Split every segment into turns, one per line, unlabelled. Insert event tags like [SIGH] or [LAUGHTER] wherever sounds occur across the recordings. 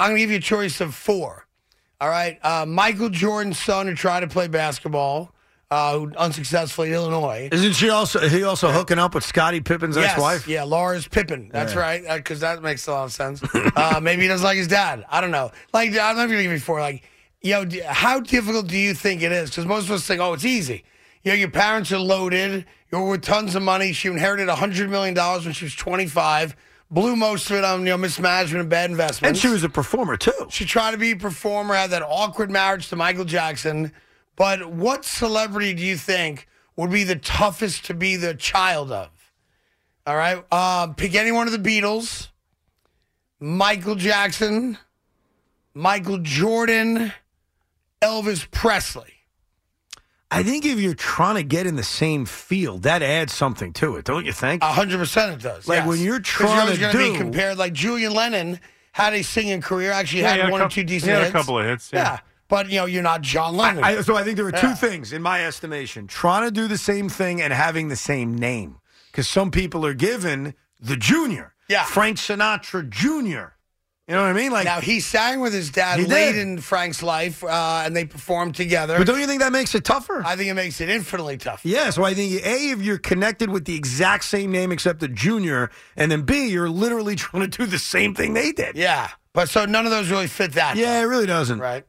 I'm going to give you a choice of four. All right. Uh, Michael Jordan's son who tried to play basketball, uh, who unsuccessfully at Illinois.
Isn't she also he also hooking up with Scottie Pippen's
Yes,
ex-wife?
Yeah, Lars Pippen. That's
Yeah.
right. Because that makes a lot of
[LAUGHS]
sense. uh, maybe he doesn't like his dad. I don't know. Like, I'm not going to give you four. Like, yo, d- how difficult do you think it is? Because most of us think, oh, it's easy. You know, your parents are loaded. You're with tons of money. She inherited $100 million when she was 25. Blew most of it on you know mismanagement and bad investments.
And she was a performer too.
She tried to be a performer, had that awkward marriage to Michael Jackson. But what celebrity do you think would be the toughest to be the child of? All right. Uh, pick any one of the Beatles, Michael Jackson, Michael Jordan, Elvis Presley.
I think if you're trying to get in the same field, that adds something to it, don't you think?
A hundred percent, it does.
Like,
yes.
when you're
'Cause
trying
always
to
gonna be
do-
compared. Like Julian Lennon had a singing career, actually
Yeah,
had,
he had a
one or
coup-
two decent
he had a
hits.
couple of hits, yeah.
but you know you're not John Lennon.
I, so I think there are
Yeah.
two things, in my estimation, trying to do the same thing and having the same name. Because some people are given the junior,
Yeah.
Frank Sinatra Jr. You know what I mean? Like,
now he sang with his dad
He
late
did.
in Frank's life, uh, and they performed together.
but don't you think that makes it tougher?
I think it makes it infinitely tough.
yeah. So I think a, if you're connected with the exact same name except the junior, and then b, you're literally [LAUGHS] trying to do the same thing they did.
Yeah, but so none of those really fit that.
Yeah, it really doesn't.
right.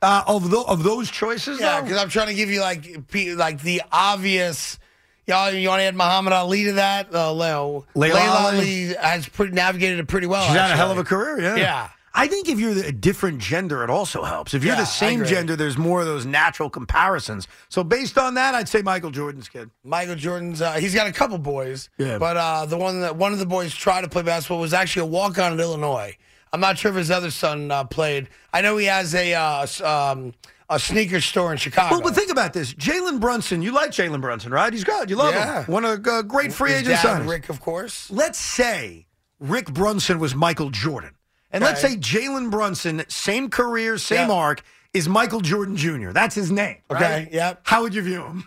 Uh, of, tho- of those choices,
Yeah,
though,
because I'm trying to give you like pe- like the obvious. Y'all, you want to add Muhammad Ali to that? Uh, Leo.
Layla Ali.
has pretty, navigated it pretty well.
She's had a hell of
actually.
a career, yeah.
Yeah.
I think if you're the, a different gender, it also helps. If you're
Yeah, I
the same
agree.
gender, there's more of those natural comparisons. So based on that, I'd say Michael Jordan's kid.
Michael Jordan's. Uh, he's got a couple boys.
Yeah.
But uh, the one that one of the boys tried to play basketball was actually a walk on at Illinois. I'm not sure if his other son uh, played. I know he has a uh, s- um, a sneaker store in Chicago.
Well, but think about this. Jalen Brunson, you like Jalen Brunson, right? He's good. You love
Yeah.
him. One of the uh, great free
His
agent
dad,
signings.
Rick, of course.
Let's say Rick Brunson was Michael Jordan. And let's
Okay.
say Jalen Brunson, same career, same
Yeah.
arc, is Michael Jordan Jr. That's his name.
Okay,
right?
yep.
How would you view him?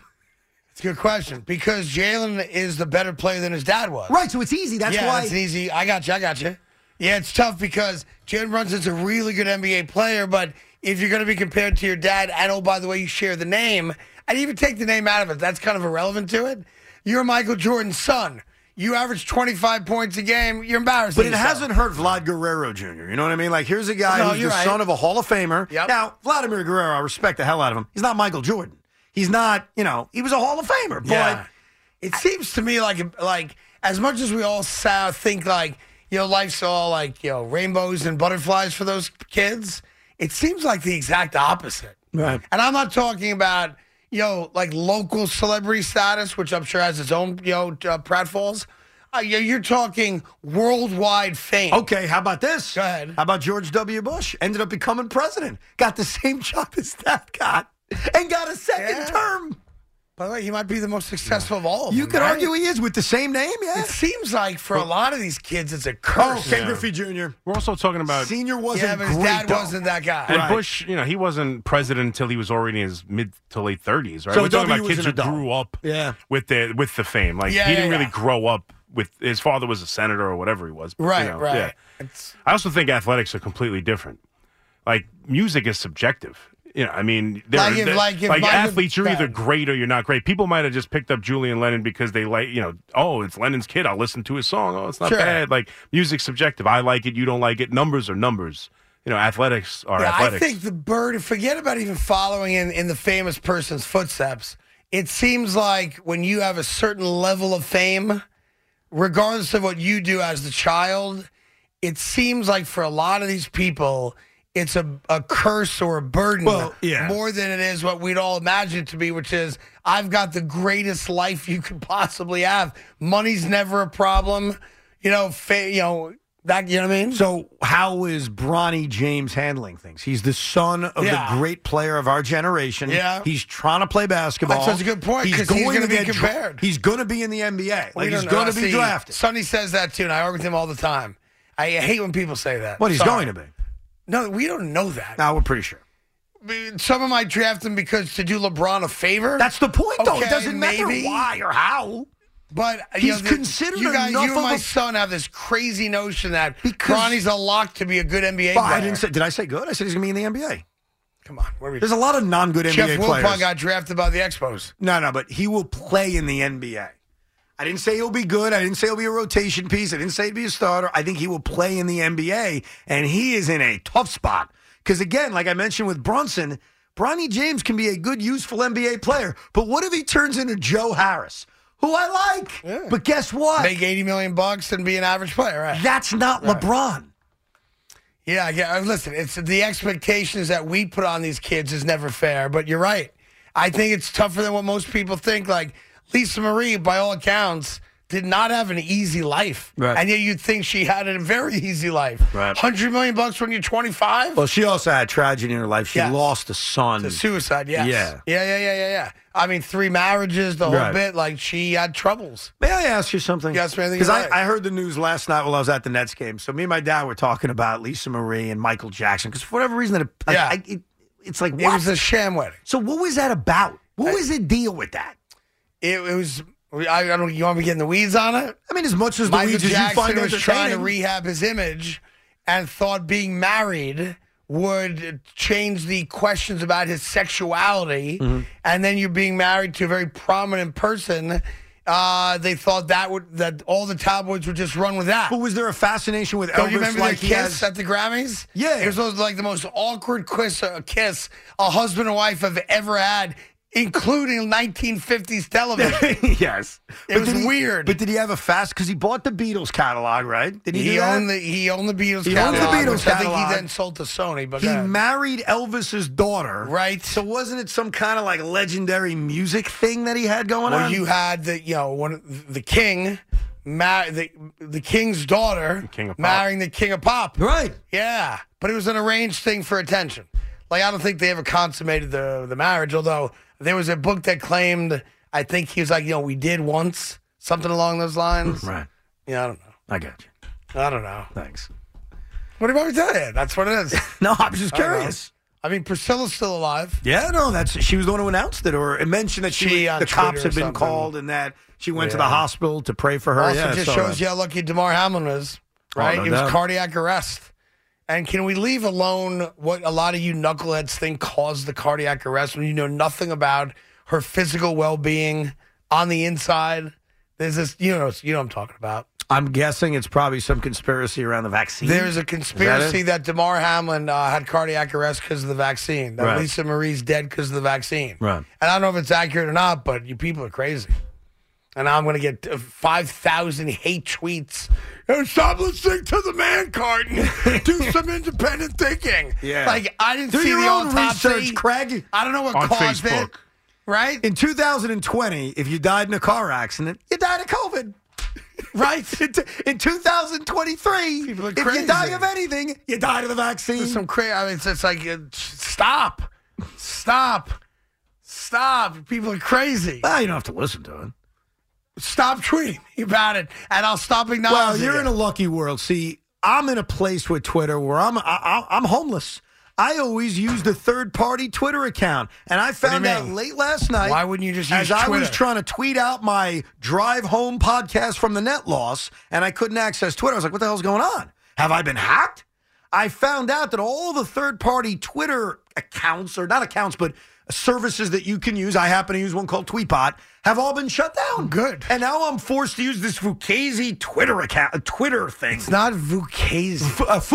It's a good question because Jalen is the better player than his dad was.
Right, so it's easy. That's
yeah,
why
it's an easy. I got you. I got you. Yeah, it's tough because Jalen Brunson's a really good NBA player, but if you're going to be compared to your dad, and oh by the way, you share the name, I'd even take the name out of it. That's kind of irrelevant to it. You're Michael Jordan's son. You average 25 points a game. You're embarrassing.
But it
yourself.
hasn't hurt Vlad Guerrero Jr. You know what I mean? Like, here's a guy
No,
who's the
you're right.
son of a Hall of Famer.
Yep.
Now, Vladimir Guerrero, I respect the hell out of him. He's not Michael Jordan. He's not, you know, he was a Hall of Famer. But
Yeah. It seems to me like like as much as we all sa think like you know life's all like you know rainbows and butterflies for those kids, it seems like the exact opposite.
Right.
And I'm not talking about you know like local celebrity status, which I'm sure has its own you know uh, pratfalls. Uh, you- you're talking worldwide fame.
okay, how about this?
Go ahead.
How about George W. Bush? Ended up becoming president. Got the same [LAUGHS] job as that got and got a second
Yeah.
term.
By the way, he might be the most successful of all. Of
You
them,
could
right?
argue he is with the same name, yeah?
It seems like for a lot of these kids, it's a
oh,
curse.
Ken Griffey Jr.
We're also talking about
Senior wasn't
Yeah, but his
great,
dad
though.
wasn't that guy.
and
Right.
Bush. You know, he wasn't president until he was already in his mid to late thirties, right?
So
We're talking
W
about
was
kids
an
who
adult.
grew up
Yeah.
with the with the fame. Like
Yeah,
he
yeah,
didn't
yeah.
really grow up with his father was a senator or whatever he was. you
Right,
know,
right.
yeah.
It's-
I also think athletics are completely different. Like music is subjective. You know, I mean, there
Like
are-
if-
there-
like if Michael-
athletes, you're either
Right.
great or you're not great. People might have just picked up Julian Lennon because they like, you know, oh, it's Lennon's kid. I'll listen to his song. Oh, it's not
Sure.
bad. Like music's subjective. I like it. You don't like it. Numbers are numbers. You know, athletics are
Yeah, I
athletics.
think the bird, forget about even following in, in the famous person's footsteps. It seems like when you have a certain level of fame, regardless of what you do as the child, it seems like for a lot of these people, it's a, a curse or a burden
Well, yeah.
more than it is what we'd all imagine it to be, which is I've got the greatest life you could possibly have. Money's never a problem. You know, fa- you know that. You know what I mean?
So, how is Bronny James handling things? He's the son of
Yeah.
the great player of our generation.
Yeah.
He's trying to play basketball.
That's such a good point, 'cause he's gonna
to
be
get dra-
compared.
he's going to be in the NBA.
We
Like, he's
don't know.
going to be
See,
drafted.
Sonny says that too, and I argue with him all the time. I hate when people say that.
What he's
Sorry.
going to be?
No, we don't know that.
Now we're pretty sure.
Some of my draft him because to do LeBron a favor.
That's the point, though.
Okay,
it doesn't matter
maybe.
why or how.
But you
He's
know, the-
considered
you guys,
enough
you and
of
my
a-
son have this crazy notion that
Because-
Bronny's a lock to be a good NBA
But
player.
I didn't say. Did I say good? I said he's going to be in the NBA.
Come on, where are we?
There's a lot of non-good
Jeff
NBA
Wilpon
players.
got drafted by the Expos.
No, no, but he will play in the NBA. I didn't say he'll be good. I didn't say he'll be a rotation piece. I didn't say he'd be a starter. I think he will play in the NBA, and he is in a tough spot. Because, again, like I mentioned with Brunson, Bronny James can be a good, useful NBA player. But what if he turns into Joe Harris, who I like? But guess what?
Make eighty million bucks and be an average player, right?
That's not LeBron.
Yeah, yeah. uh, Listen, it's the expectations that we put on these kids is never fair. But you're right. I think it's tougher than what most people think. Like Lisa Marie, by all accounts, did not have an easy life,
Right.
and yet you'd think she had a very easy life.
Right.
Hundred million bucks when you're 25.
Well, she also had tragedy in her life. She
Yes.
lost a son.
The suicide, yes.
Yeah.
yeah, yeah, yeah, yeah, yeah. I mean, three marriages, the whole
Right.
bit. Like she had troubles.
May I ask you something?
Yes, man, I think
Because
you're
I,
right.
I heard the news last night while I was at the Nets game. So me and my dad were talking about Lisa Marie and Michael Jackson. Because for whatever reason, it, like,
Yeah.
I, it, it's like
It
what?
was a sham wedding.
so what was that about? What was the deal with that?
It, it was. I, I don't. You want me to get in the weeds on it?
I mean, as much as
Michael
the Luigi's you
Jackson
find
was trying to
entertaining-
rehab his image and thought being married would change the questions about his sexuality.
Mm-hmm.
And then you're being married to a very prominent person. Uh, they thought that would that all the tabloids would just run with that.
But was there a fascination with
Don't
Elvis?
you remember
like
the
he
kiss
has-
at the Grammys?
Yeah.
It was one of, like the most awkward kiss, uh, kiss a husband and wife have ever had, including 1950s
[LAUGHS]
television.
[LAUGHS] yes,
It
But
was
did he-
weird.
But did he have a fast? Because he bought the Beatles catalog, right? Did he,
he
do that?
owned the he owned the Beatles
He owned the
catalog.
Beatles
which I think
catalog.
he then sold to Sony. But
He
go ahead.
married Elvis's daughter,
Right.
So wasn't it some kind of like legendary music thing that he had going
well,
on?
you had the you know one the king, mar- the the king's daughter
King of Pop.
marrying the king of pop.
right?
Yeah, but it was an arranged thing for attention. Like I don't think they ever consummated the the marriage. Although there was a book that claimed, I think he was like, you know, we did once something along those lines.
Right.
Yeah, I don't know.
I got you.
I don't know.
Thanks.
What about that? That's what it is.
No, I'm just
I don't know.
[LAUGHS] curious.
I mean, Priscilla's still alive.
Yeah, no, that's she was the one who announced it or it mentioned that she,
She on
the
Twitter
cops had
or
been
something.
called and that she went to the hospital to pray for her.
Also,
yeah, I
just
saw
shows
that.
you how lucky Damar Hamlin was.
Oh,
Right?
no
it was
doubt.
cardiac arrest. And can we leave alone what a lot of you knuckleheads think caused the cardiac arrest when you know nothing about her physical well being on the inside? There's this, you know, you know what I'm talking about.
I'm guessing it's probably some conspiracy around the vaccine.
There's a conspiracy that, Damar Hamlin uh, had cardiac arrest because of the vaccine. That
Right.
Lisa Marie's dead because of the vaccine.
Right.
And I don't know if it's accurate or not, but you people are crazy. And I'm going to get uh, 5,000 hate tweets. And stop listening to the man,
[LAUGHS]
Carton. Do some independent thinking.
Yeah.
Like, I didn't
Do
see
your
the
own
autopsy.
research, Craig.
I don't know what
On
caused it.
Facebook.
Right?
in 2020, if you died in a car accident, you died of COVID.
[LAUGHS] right.
In, t- in 2023,
People are
if
crazy.
you die of anything, you died of the vaccine.
There's some crazy. I mean, it's, it's like, uh, stop. Stop. Stop. People are crazy.
well, Ah, you don't have to listen to it.
stop tweeting [LAUGHS] me about it, and I'll stop acknowledging.
Well, you're
it.
in a lucky world. See, I'm in a place with Twitter where I'm I, I, I'm homeless. I always use the third party Twitter account, and I
you
found out
mean?
late last night.
Why wouldn't you just use
as I was
Twitter?
trying to tweet out my drive home podcast from the net loss, and I couldn't access Twitter. I was like, "What the hell's going on? Have I been hacked?" I found out that all the third party Twitter accounts, or not accounts, but services that you can use, I happen to use one called Tweetbot, have all been shut down.
Good.
And now I'm forced to use this Fukazi Twitter account, Twitter thing.
it's not Fugazi.
F- uh,
It's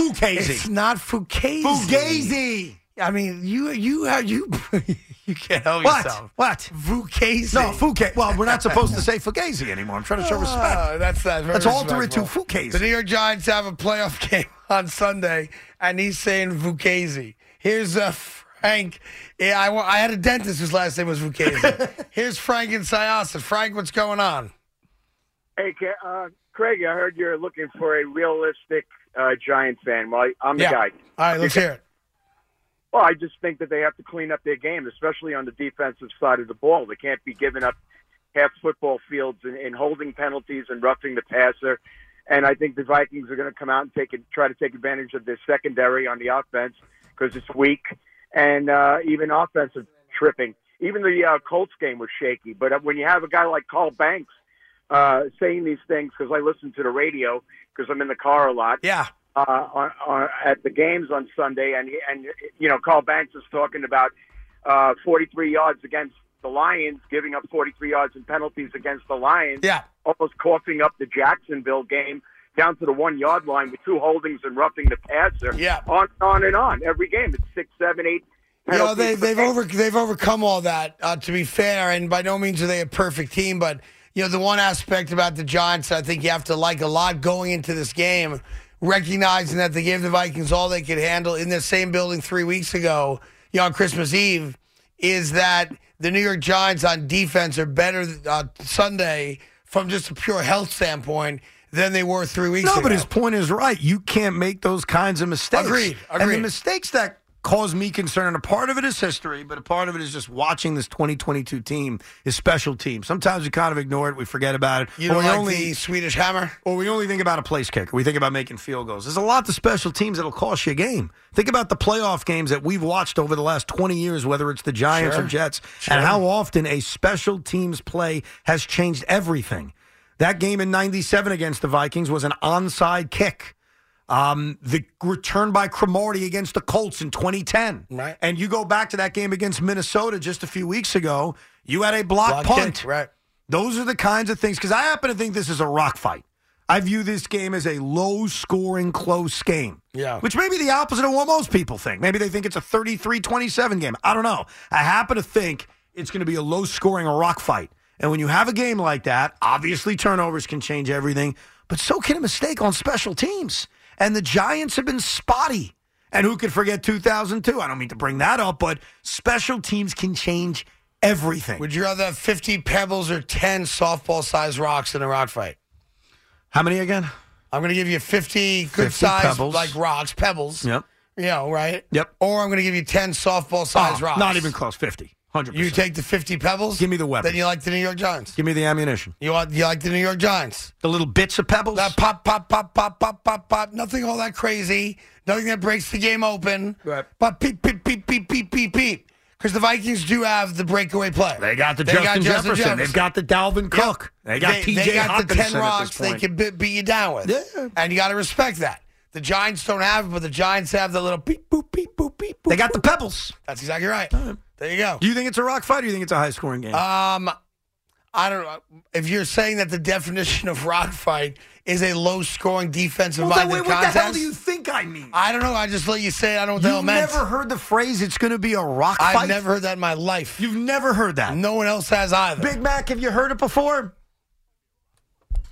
Fugazi.
not Fugazi.
Fugazi.
I mean, you, you, have you, [LAUGHS] you can't help
What?
yourself.
What?
Fugazi.
No, Fugazi. Well, we're not supposed to say Fugazi anymore. I'm trying to show respect.
Oh, that's not very
Let's alter it to
respectful.
Fugazi.
The New York Giants have a playoff [LAUGHS] game on Sunday, and he's saying Vukasey. Here's uh, Frank. Yeah, I, wa- I had a dentist whose last name was [LAUGHS] Vukasey. Here's Frank in Syosset. Frank, what's going on?
Hey, Ca- uh, Craig, I heard you're looking for a realistic uh, Giant fan. Well, I, I'm the guy.
All right, let's hear it.
Well, I just think that they have to clean up their game, especially on the defensive side of the ball. They can't be giving up half football fields and, and holding penalties and roughing the passer. And I think the Vikings are going to come out and take it, try to take advantage of their secondary on the offense because it's weak, and uh, even offensive tripping. Even the uh, Colts game was shaky. But uh, when you have a guy like Carl Banks uh, saying these things, because I listen to the radio because I'm in the car a lot
Yeah.
uh, on, on, at the games on Sunday, and and you know, Carl Banks is talking about uh, 43 yards against the Lions, giving up 43 yards and penalties against the Lions.
Yeah.
almost coughing up the Jacksonville game down to the one yard line with two holdings and roughing the passer.
Yeah.
on on and on every game. It's six, seven, eight.
You know,
penalties
they,
per
they've
game.
over they've overcome all that. Uh, to be fair, and by no means are they a perfect team, but you know the one aspect about the Giants that I think you have to like a lot going into this game, recognizing that they gave the Vikings all they could handle in the same building three weeks ago, you know, on Christmas Eve, is that the New York Giants on defense are better uh, Sunday from just a pure health standpoint than they were three weeks
No,
ago.
but his point is right. You can't make those kinds of mistakes.
Agreed,
And the
agreed.
mistakes that cause me concern, and a part of it is history, but a part of it is just watching this 2022 team, is special team. Sometimes we kind of ignore it. We forget about it.
you
or
don't
we
like
only
the Swedish Hammer?
or we only think about a place kicker. We think about making field goals. There's a lot to special teams that'll cost you a game. Think about the playoff games that we've watched over the last 20 years, whether it's the Giants or Jets, and how often a special teams play has changed everything. That game in 97 against the Vikings was an onside kick. Um, the return by Cromartie against the Colts in 2010.
Right.
And you go back to that game against Minnesota just a few weeks ago. You had a
Block
block, punt.
kick, right?
Those are the kinds of things because I happen to think this is a rock fight. I view this game as a low scoring, close game.
Yeah.
Which may be the opposite of what most people think. Maybe they think it's a 33 27 game. I don't know. I happen to think it's going to be a low scoring rock fight. And when you have a game like that, obviously turnovers can change everything, but so can a mistake on special teams. And the Giants have been spotty. And who could forget 2002? I don't mean to bring that up, but special teams can change everything.
Would you rather have 50 pebbles or 10 softball sized rocks in a rock fight?
How many again?
I'm going to give you 50 good
50
sized
pebbles.
like rocks, pebbles.
Yep.
You know, right?
Yep.
Or I'm going to give you 10 softball sized
Oh,
rocks.
Not even close. 50. 100%.
You take the 50 pebbles?
Give me the weapons.
Then you like the New York Giants.
Give me the ammunition.
You want you like the New York Giants.
The little bits of pebbles.
That pop pop pop pop pop pop pop. Nothing all that crazy. Nothing that breaks the game open.
Right.
But peep peep peep peep peep peep peep. Because the Vikings do have the breakaway play.
they got the Justin, Jefferson. They've got the Dalvin Cook. They got
they,
TJ
they got the
Hockenson
ten
at
rocks
this
they
point.
can be- beat you down with.
Yeah.
And you got to respect that. The Giants don't have it, but the Giants have the little beep boop beep boop beep. Boop,
They got the
boop.
pebbles.
That's exactly right. There you go.
Do you think it's a rock fight or do you think it's a high scoring game?
Um, I don't know if you're saying that the definition of rock fight is a low scoring defensive
Well, then
minded
wait, what the hell
contest.
do you think I mean?
I don't know. I just let you say it. I don't know what the hell
You've
it meant.
never heard the phrase it's going to be a rock
I've
fight?
never heard that in my life.
You've never heard that.
no one else has either.
Big Mac, have you heard it before?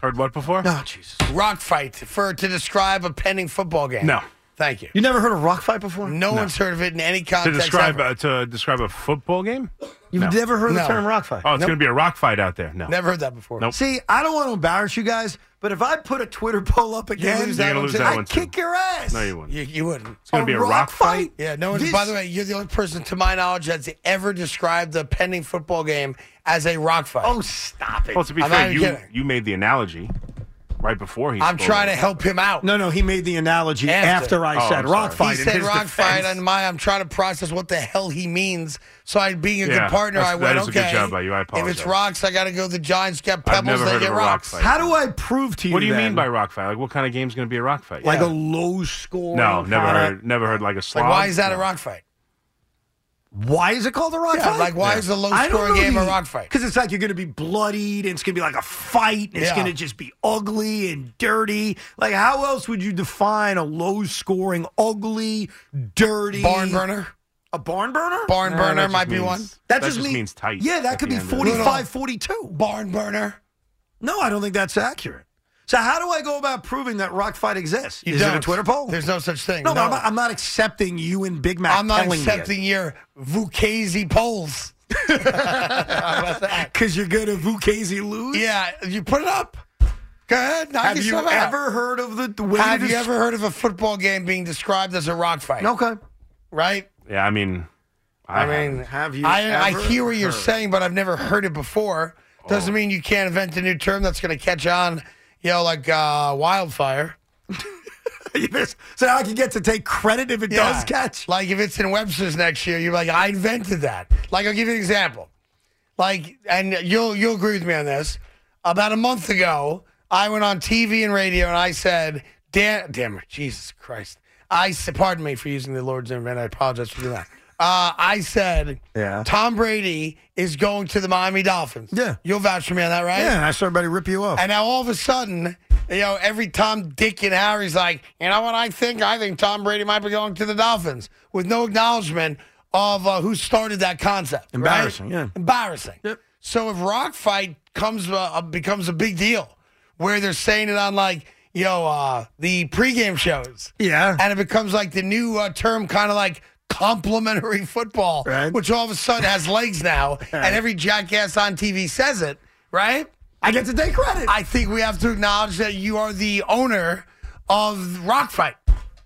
Heard what before?
No, Jesus.
rock fight for to describe a pending football game.
No.
Thank you.
You never heard a rock fight before?
No, one's heard of it in any
To
context.
describe
ever.
uh, to describe a football game?
You've
No.
never heard the
No.
term rock fight?
Oh, it's going to be a rock fight out there. No.
Never heard that before.
Nope.
See, I don't want to embarrass you guys, but if I put a Twitter poll up again,
lose You're that gonna one lose too.
that
I
one too.
kick your ass.
No, you wouldn't.
You, you wouldn't.
It's going to be a rock, fight.
Yeah, no one.
This-
By the way, you're the only person, to my knowledge, that's ever described the pending football game as a rock fight.
Oh, stop it.
Well, to be
I'm not
fair,
even
you
kidding.
you made the analogy right before he.
I'm
spoke.
trying to help him out.
no, no, he made the analogy
After.
after, I
Oh,
said
I'm
rock
sorry.
he
fight. in
said
his
rock fight,
defense.
and my I'm trying to process what the hell he means. So, I, being a
Yeah,
good partner, I
that's- that
went
is a
okay.
good job by you. I
If it's
apologize.
rocks, I got to go. The Giants got
I've
pebbles.
never
They
heard
get
of a rock
rocks.
fight.
How do I prove to you?
What do you
then,
mean by rock fight? Like, what kind of game's going to be a rock fight?
like
Yeah.
a low score?
no, never heard. Never heard like a slog.
Like, why is that a
No.
rock fight?
Why is it called a rock
Yeah,
fight?
like why is the low scoring game a rock fight?
Because it's like you're going to be bloodied, and it's going to be like a fight, and it's
Yeah.
going to just be ugly and dirty. Like how else would you define a low scoring, ugly, dirty
Barn burner.
A barn burner?
Barn
No,
burner
that
might
just
be
means-
one.
That,
That
just,
just
mean-
means tight
Yeah, that
at
could
the
be
end of the-
45, 42.
Barn burner.
No, I don't think that's accurate. So how do I go about proving that Rock Fight exists?
You
Is
don't.
it a Twitter poll?
There's no such thing.
no,
no.
But I'm, not, I'm not accepting you and Big Mac.
I'm not
telling
accepting your Vukazi polls.
because you're gonna Vukazi lose.
Yeah, you put it up. Go ahead. knock
Have you
yourself out.
ever heard of the? the way
Have
to
you
des- [LAUGHS]
ever heard of a football game being described as a rock fight?
Okay.
Right?
Yeah, I mean, I,
I mean,
Have you
I,
ever
I hear what you're
heard? Oh.
saying, but I've never heard it before. Doesn't mean you can't invent a new term that's going to catch on, you know, like uh, wildfire.
Yes. so now I can get to take credit if it does catch.
Like if it's in Webster's next year, you're like, I invented that. Like I'll give you an example. Like, and you'll you'll agree with me on this. About a month ago, I went on TV and radio and I said, "Damn, damn it, Jesus Christ!" I said, "Pardon me for using the Lord's name, and I apologize for doing that." Uh, I said,
Yeah.
Tom Brady is going to the Miami Dolphins."
Yeah.
you'll vouch for me on that, right?
Yeah, and I saw everybody rip you off.
And now all of a sudden, you know, every Tom, Dick, and Harry's like, you know what I think? I think Tom Brady might be going to the Dolphins with no acknowledgement of uh, who started that concept. right?
Embarrassing, yeah.
Embarrassing.
Yep.
So if Rock Fight comes uh, becomes a big deal, where they're saying it on like, you know, uh, the pregame shows.
Yeah.
And it becomes like the new uh, term, kind of like complimentary football,
Right.
which all of a sudden has legs now,
[LAUGHS]
and every jackass on TV says it, right?
I get to take credit.
I think we have to acknowledge that you are the owner of Rock Fight.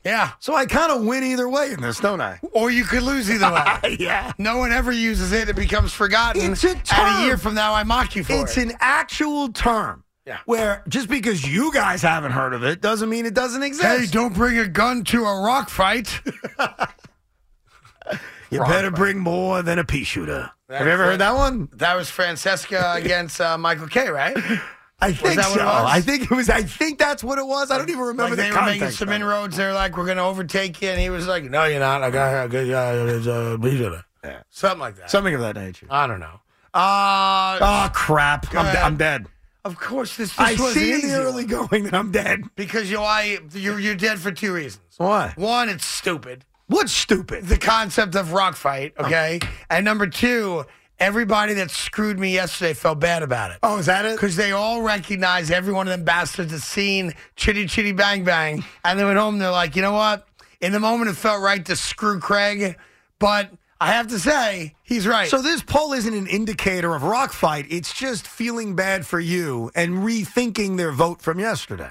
Yeah.
so I kind of win either way in this, don't I?
Or you could lose either way.
[LAUGHS] yeah.
No one ever uses it. It becomes forgotten.
It's a
And
term.
a year from now, I mock you for
It's
it.
an actual term.
Yeah.
Where just because you guys haven't heard of it doesn't mean it doesn't
hey,
exist.
don't bring a gun to a rock fight.
you better bring more than a pea shooter. [LAUGHS]
That's
Have you ever
it.
heard that one?
that was Francesca against uh, Michael K, right?
I think
that what it
so.
was?
I think it was. I think that's what it was. I don't even [LAUGHS] remember
Like
the
they were
context.
making some
of it.
inroads. They're like, we're going to overtake you. And he was like, no, you're not. I got uh, a good guy.
Yeah.
Something like that.
Something of that nature.
I don't know. Uh,
Oh crap! I'm,
ahead.
I'm dead.
of course, this, this
I
was
see
an
in
easy
the
one.
early going that I'm dead.
Because you, I, you're, you're dead for two reasons.
Why?
One, it's stupid.
What's stupid?
The concept of rock fight, okay? And number two, everybody that screwed me yesterday felt bad about it.
Oh, is that it?
Because they all recognize every one of them bastards has seen Chitty Chitty Bang Bang. And they went home and they're like, you know what? In the moment, it felt right to screw Craig. But I have to say, he's right.
So this poll isn't an indicator of rock fight. It's just feeling bad for you and rethinking their vote from yesterday. Is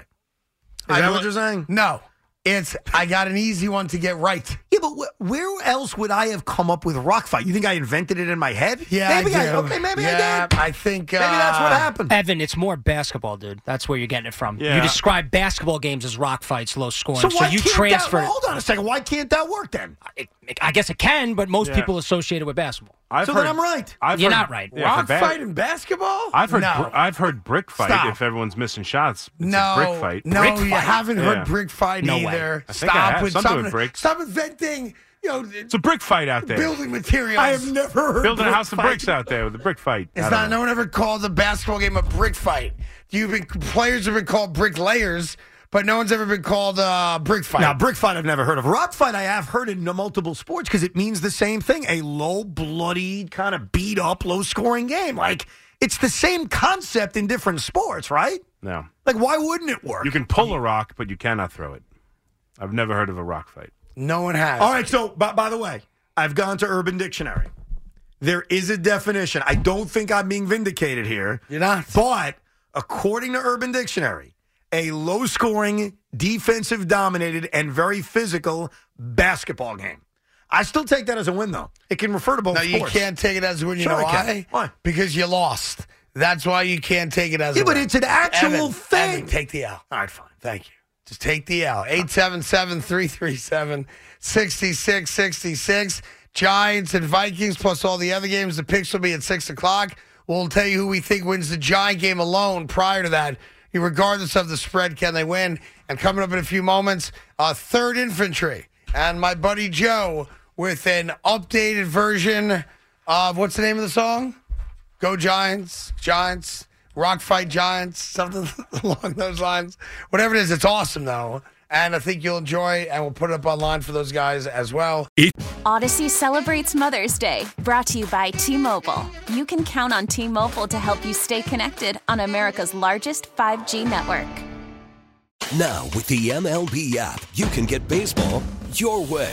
I
that
will-
what you're saying?
no. It's, I got an easy one to get right.
Yeah, but wh- where else would I have come up with rock fight? You think I invented it in my head?
Yeah,
maybe
I
I,
do.
okay, maybe
yeah,
I did.
I think uh,
Maybe that's what happened.
Evan, it's more basketball, dude. That's where you're getting it from.
Yeah.
You describe basketball games as rock fights, low scoring.
So why
you
can't
transfer.
that? Hold on a second. Why can't that work then?
It, it- I guess it can, but most
Yeah.
people associate it with basketball.
I've
so
heard,
then I'm right.
I've
You're
heard-
not right.
yeah, for
Rock
bad-
fight and basketball?
I've heard.
no.
br- I've heard brick fight.
Stop.
If everyone's missing shots, it's
no,
a brick fight.
no,
Brick
you
fight?
haven't
Yeah.
heard brick fight
No way.
either.
I think I
Stop
have.
with
Something
some,
with brick.
stop inventing, you know,
It's a brick fight out there.
building materials.
I have never heard
Building a
brick
house of
fight.
bricks out there with a brick fight. I
It's
don't
not.
know.
No one ever called the basketball game a brick fight. You've been players have been called brick layers, but no one's ever been called uh, brick fight.
Now, brick fight I've never heard of. Rock fight I have heard in multiple sports because it means the same thing a low, bloody, kind of beat up, low scoring game. Like, it's the same concept in different sports, right?
No,
Like, why wouldn't it work?
you can pull a rock, but you cannot throw it. I've never heard of a rock fight.
no one has.
All right, so by, by the way, I've gone to Urban Dictionary. There is a definition. I don't think I'm being vindicated here.
You're not.
But according to Urban Dictionary, a low scoring, defensive dominated, and very physical basketball game. I still take that as a win, though. It can refer to both
No, you
sports.
can't take it as a win. You
Sure
know
I can.
why?
Why?
Because you lost. That's why you can't take it as
Yeah,
a
but
win.
it's an actual
Evan,
thing.
Evan, take the L.
All right, fine.
Thank you. Just take the L. 877 337 6666. Giants and Vikings, plus all the other games. The picks will be at 6 o'clock. We'll tell you who we think wins the Giant game alone prior to that. Regardless of the spread, can they win? And coming up in a few moments, uh, Third Infantry and my buddy Joe with an updated version of what's the name of the song? Go Giants, Giants, Rock Fight Giants, something [LAUGHS] along those lines. Whatever it is, it's awesome though. And I think you'll enjoy, and we'll put it up online for those guys as well.
Odyssey celebrates Mother's Day, brought to you by T Mobile. You can count on T Mobile to help you stay connected on America's largest 5G network.
Now, with the MLB app, you can get baseball your way.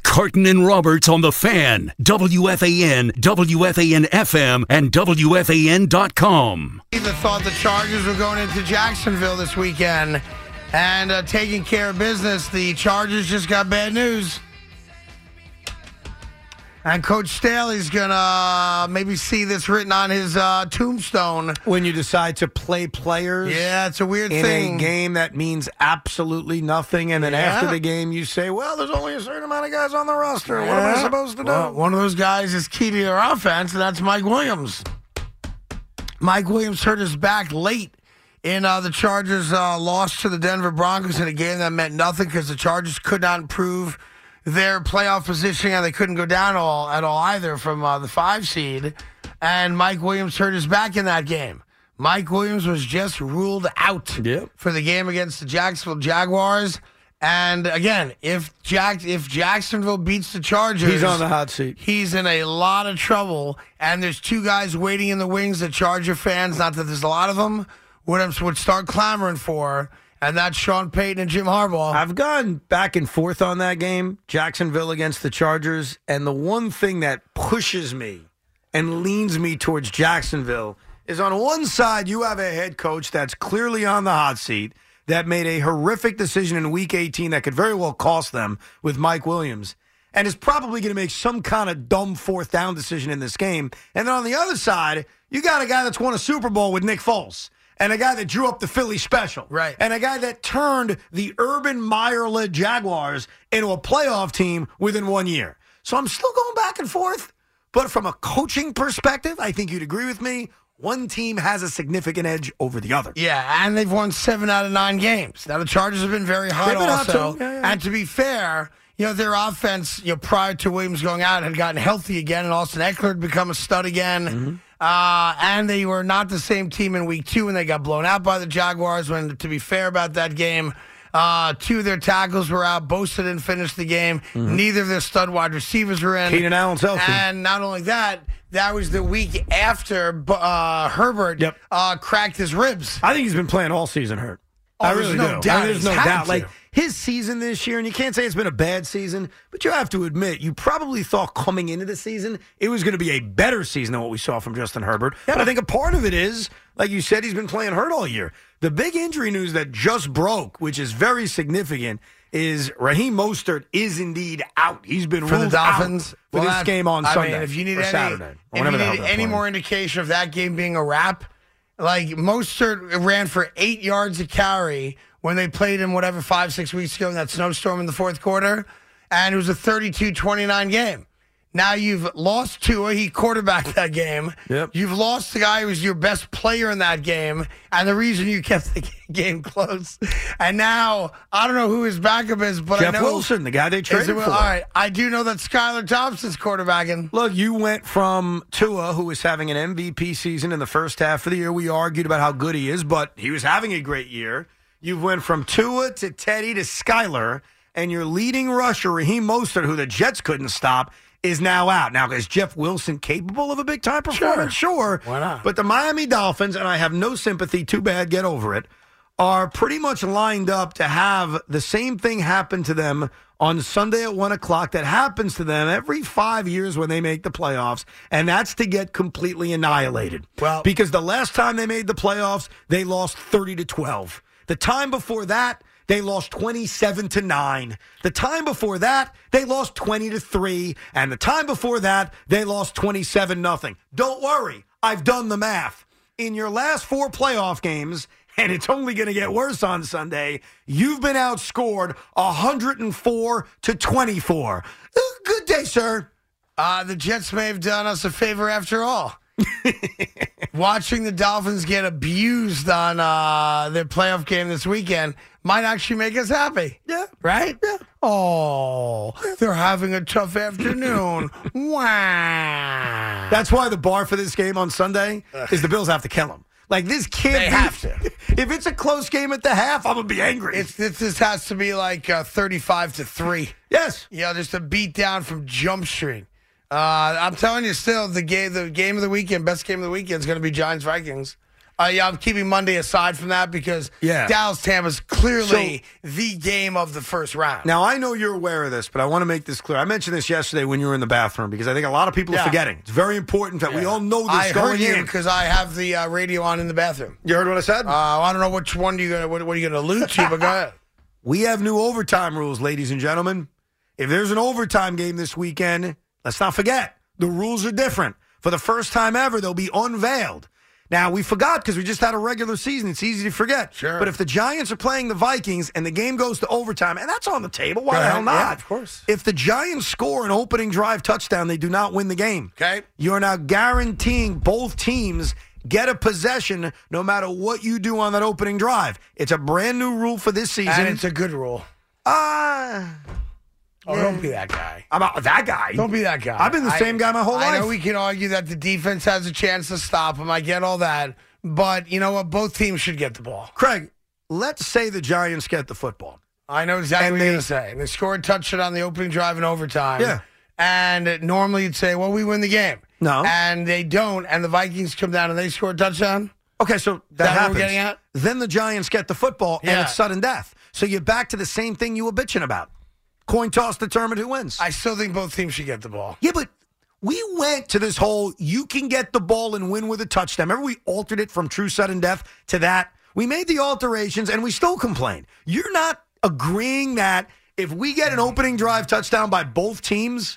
Carton and Roberts on the fan, WFAN, WFAN FM, and WFAN.com.
The thought the Chargers were going into Jacksonville this weekend and uh, taking care of business. The Chargers just got bad news. And Coach Staley's going to maybe see this written on his uh, tombstone.
When you decide to play players.
Yeah, it's a weird
in
thing.
a game that means absolutely nothing, and then
Yeah.
after the game you say, "Well, there's only a certain amount of guys on the roster. What am I
Yeah.
supposed to do?"
Well, one of those guys is key to their offense, and that's Mike Williams. Mike Williams hurt his back late in uh, the Chargers' uh, loss to the Denver Broncos in a game that meant nothing because the Chargers could not improve their playoff position and they couldn't go down all at all either from uh, the five seed. And Mike Williams hurt his back in that game. Mike Williams was just ruled out for the game against the Jacksonville Jaguars. And again, if Jack if Jacksonville beats the Chargers,
He's on the hot seat.
He's in a lot of trouble, and there's two guys waiting in the wings that Charger fans, not that there's a lot of them, would, would start clamoring for, and that's Sean Payton and Jim Harbaugh.
I've gone back and forth on that game, Jacksonville against the Chargers, and the one thing that pushes me and leans me towards Jacksonville is on one side you have a head coach that's clearly on the hot seat that made a horrific decision in week 18 that could very well cost them with Mike Williams and is probably going to make some kind of dumb fourth down decision in this game. And then on the other side, you got a guy that's won a Super Bowl with Nick Foles and a guy that drew up the Philly special.
Right.
And a guy that turned the Urban Meyer led Jaguars into a playoff team within one year. So I'm still going back and forth. But from a coaching perspective, I think you'd agree with me. One team has a significant edge over the other.
Yeah, and they've won seven out of nine games. Now the Chargers have been very hot
They've been hot,
also.
too. Yeah, yeah, yeah.
And to be fair, you know their offense, you know, prior to Williams going out, had gotten healthy again, and Austin Eckler had become a stud again.
Mm-hmm.
Uh, and they were not the same team in Week Two, and they got blown out by the Jaguars. When to be fair about that game. Uh, two of their tackles were out. Bosa didn't finish the game. Neither of their stud wide receivers were in.
Mm-hmm. Keenan Allen's healthy.
And not only that, that was the week after bu- uh, Herbert
Yep.
uh, cracked his ribs.
I think he's been playing all season hurt.
Oh,
I
there's
really
no
do. I mean,
doubt
there's
he's
no
had
doubt.
to.
Like his season this year, and you can't say it's been a bad season, but you have to admit you probably thought coming into the season it was going to be a better season than what we saw from Justin Herbert. But I think a part of it is, like you said, he's been playing hurt all year. The big injury news that just broke, which is very significant, is Raheem Mostert is indeed out. He's been
for the
ruled out
Dolphins
for
Well,
this
that-
game on
I mean,
Sunday.
if you need
or
any,
Saturday, or
if
whenever
you
the hell
need
they're
any
playing.
more indication of that game being a wrap, like Mostert ran for eight yards a carry when they played him whatever five six weeks ago in that snowstorm in the fourth quarter, and it was a 32-29 game. Now you've lost Tua. He quarterbacked [LAUGHS] that game.
Yep.
You've lost the guy who was your best player in that game, and the reason you [LAUGHS] kept the game close. And now I don't know who his backup is, but
Jeff
I know
Wilson, the guy they
is
traded
it, well,
for.
all right, I do know that Skylar Thompson's quarterbacking.
Look, you went from Tua, who was having an MVP season in the first half of the year. We argued about how good he is, but he was having a great year. You went from Tua to Teddy to Skyler, and your leading rusher, Raheem Mostert, who the Jets couldn't stop, is now out. Now, is Jeff Wilson capable of a big time performance? Sure.
Why not?
But the Miami Dolphins, and I have no sympathy, too bad, get over it, are pretty much lined up to have the same thing happen to them on Sunday at one o'clock that happens to them every five years when they make the playoffs, and that's to get completely annihilated.
Well-
because the last time they made the playoffs, they lost 30 to 12. The time before that, they lost 27 to 9. The time before that, they lost 20 to 3. And the time before that, they lost 27 nothing. Don't worry, I've done the math. In your last four playoff games, [LAUGHS] and it's only going to get worse on Sunday, you've been outscored 104 to 24. Good day, sir.
Uh, the Jets may have done us a favor after
[LAUGHS]
all. Watching the Dolphins get abused on uh, their playoff game this weekend might actually make us happy.
Yeah.
Right?
Yeah.
Oh, they're having a tough
[LAUGHS]
afternoon. wow.
That's why the bar for this game on Sunday is the Bills have to kill them. Like this kid,
They have to.
[LAUGHS] If it's a close game at the half, I'm gonna be angry.
It's, this, this has to be like uh, 35 to 3.
Yes.
Yeah, just a beat down from Jump Street. Uh, I'm telling you, still, the game, the game of the weekend, best game of the weekend is going to be Giants Vikings. Uh, yeah, I'm keeping Monday aside from that because
Yeah.
Dallas Tampa's clearly the game of the first round.
Now I know you're aware of this, but I want to make this clear. I mentioned this yesterday when you were in the bathroom because I think a lot of people
Yeah.
are forgetting. It's very important that we all know this
I
going
heard you
in.
because I have the uh, radio on in the bathroom.
You heard what I said?
Uh, I don't know which one you gonna what, what are you gonna allude to, but go ahead.
We have new overtime rules, ladies and gentlemen. If there's an overtime game this weekend, let's not forget the rules are different. For the first time ever, they'll be unveiled. Now, we forgot because we just had a regular season. It's easy to forget.
Sure.
But if the Giants are playing the Vikings and the game goes to overtime, and that's on the table, why
Go
the hell
ahead.
not?
Yeah, of course.
If the Giants score an opening drive touchdown, they do not win the game. [LAUGHS]
Okay.
You're now guaranteeing both teams get a possession no matter what you do on that opening drive. It's a brand new rule for this season.
And it's a good rule.
Ah,
Oh, don't be that guy.
I'm not that guy.
Don't be that guy.
I've been the
I-
same guy my whole
I
life.
know we can argue that the defense has a chance to stop him. I get all that, but you know what? Both teams should get the ball.
Craig, let's say the Giants get the football.
I know exactly
And
what you're
they-
gonna say. And they score a touchdown on the opening drive in overtime.
Yeah.
And normally you'd say, "Well, we win the game."
No.
And they don't, and the Vikings come down and they score a touchdown.
Okay, so
that
that,
what we're
happens.
getting at?
Then the Giants get the football, and
Yeah.
it's sudden death. So you're back to the same thing you were bitching about. Coin toss determined who wins.
I still think both teams should get the ball.
yeah, but we went to this whole you can get the ball and win with a touchdown. Remember, we altered it from true sudden death to that. We made the alterations, and we still complain. You're not agreeing that if we get an opening drive touchdown by both teams,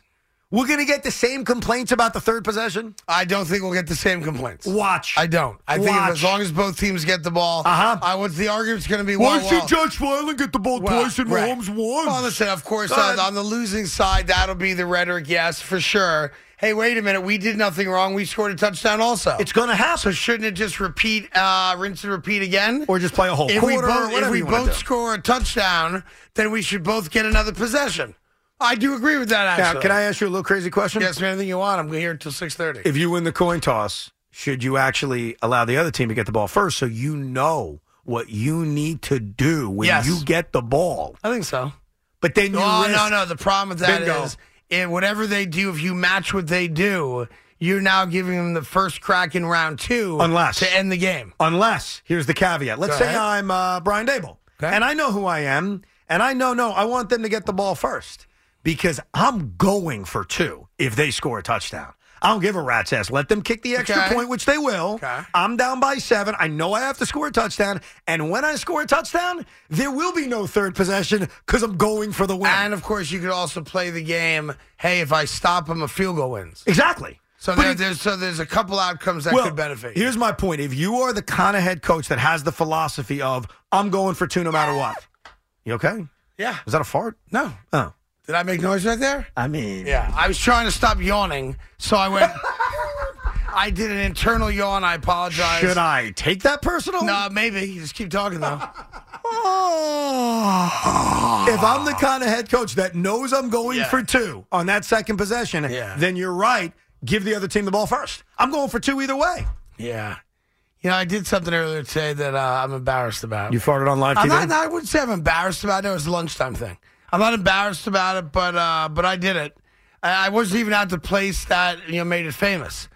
we're going to get the same complaints about the third possession.
I don't think we'll get the same complaints.
Watch.
I don't. I think
Watch.
if- as long as both teams get the ball,
Uh-huh.
I, what's the argument's going to be? Well, well,
Josh Allen get the ball
well, right.
once?
Well, listen, of course,
Go
on,
ahead.
on the losing side, that'll be the rhetoric, yes, for sure. Hey, wait a minute. We did nothing wrong. We scored a touchdown also.
It's going to
so
happen.
shouldn't it just repeat, uh, rinse and repeat again?
Or just play a whole
if we
quarter.
both, if
whatever
we
you wanna
both
do.
score a touchdown, then we should both get another possession. I do agree with that,
Now,
actually.
can I ask you a little crazy question?
Yes, man, anything you want. I'm here until 6.30.
If you win the coin toss, should you actually allow the other team to get the ball first so you know what you need to do when
Yes.
you get the ball?
I think so.
But then you
Oh
risk-
no, no. The problem with that is,
Bingo.
eh, whatever they do, if you match what they do, you're now giving them the first crack in round two,
Unless-
to end the game.
Unless, here's the caveat. Let's
Go
say
ahead.
I'm uh, Brian Dable,
Okay.
and I know who I am, and I know, no, I want them to get the ball first because I'm going for two if they score a touchdown. I don't give a rat's ass. Let them kick the extra
Okay.
point, which they will.
Okay.
I'm down by seven. I know I have to score a touchdown. And when I score a touchdown, there will be no third possession because I'm going for the win.
And of course, you could also play the game. Hey, if I stop them, a field goal wins.
exactly.
So
But
there,
it-
there's so there's a couple outcomes that could benefit. you.
Here's my point. If you are the kind of head coach that has the philosophy of, I'm going for two no matter what. You okay?
yeah.
Was that a fart?
No,
Oh.
did I make noise right there?
I mean,
Yeah, I was trying to stop yawning, so I went. [LAUGHS] I did an internal yawn. I apologize.
should I take that personal?
No, maybe. You just keep talking though.
Ah. If I'm the kind of head coach that knows I'm going
Yeah.
for two on that second possession,
Yeah.
then you're right. Give the other team the ball first. I'm going for two either way.
Yeah. You know, I did something earlier today that uh, I'm embarrassed about.
You farted on live
I'm
TV?
not, I wouldn't say I'm embarrassed about it. It was a lunchtime thing. I'm not embarrassed about it, but uh, but I did it. I, I wasn't even at the place that you know made it famous.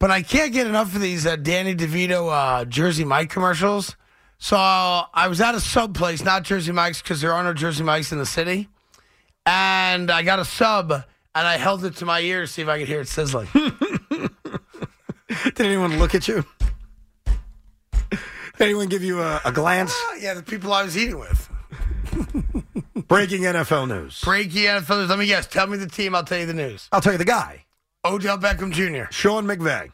But I can't get enough of these uh, Danny DeVito uh, Jersey Mike commercials. So I was at a sub place, not Jersey Mike's, because there are no Jersey Mike's in the city. And I got a sub, and I held it to my ear to see if I could hear it sizzling.
Did anyone look at you? Did anyone give you a, a glance?
yeah, the people I was eating with.
Breaking NFL news.
Breaky NFL news. Let me guess. Tell me the team. I'll tell you the news.
I'll tell you the guy,
Odell Beckham Jr.
Sean McVay.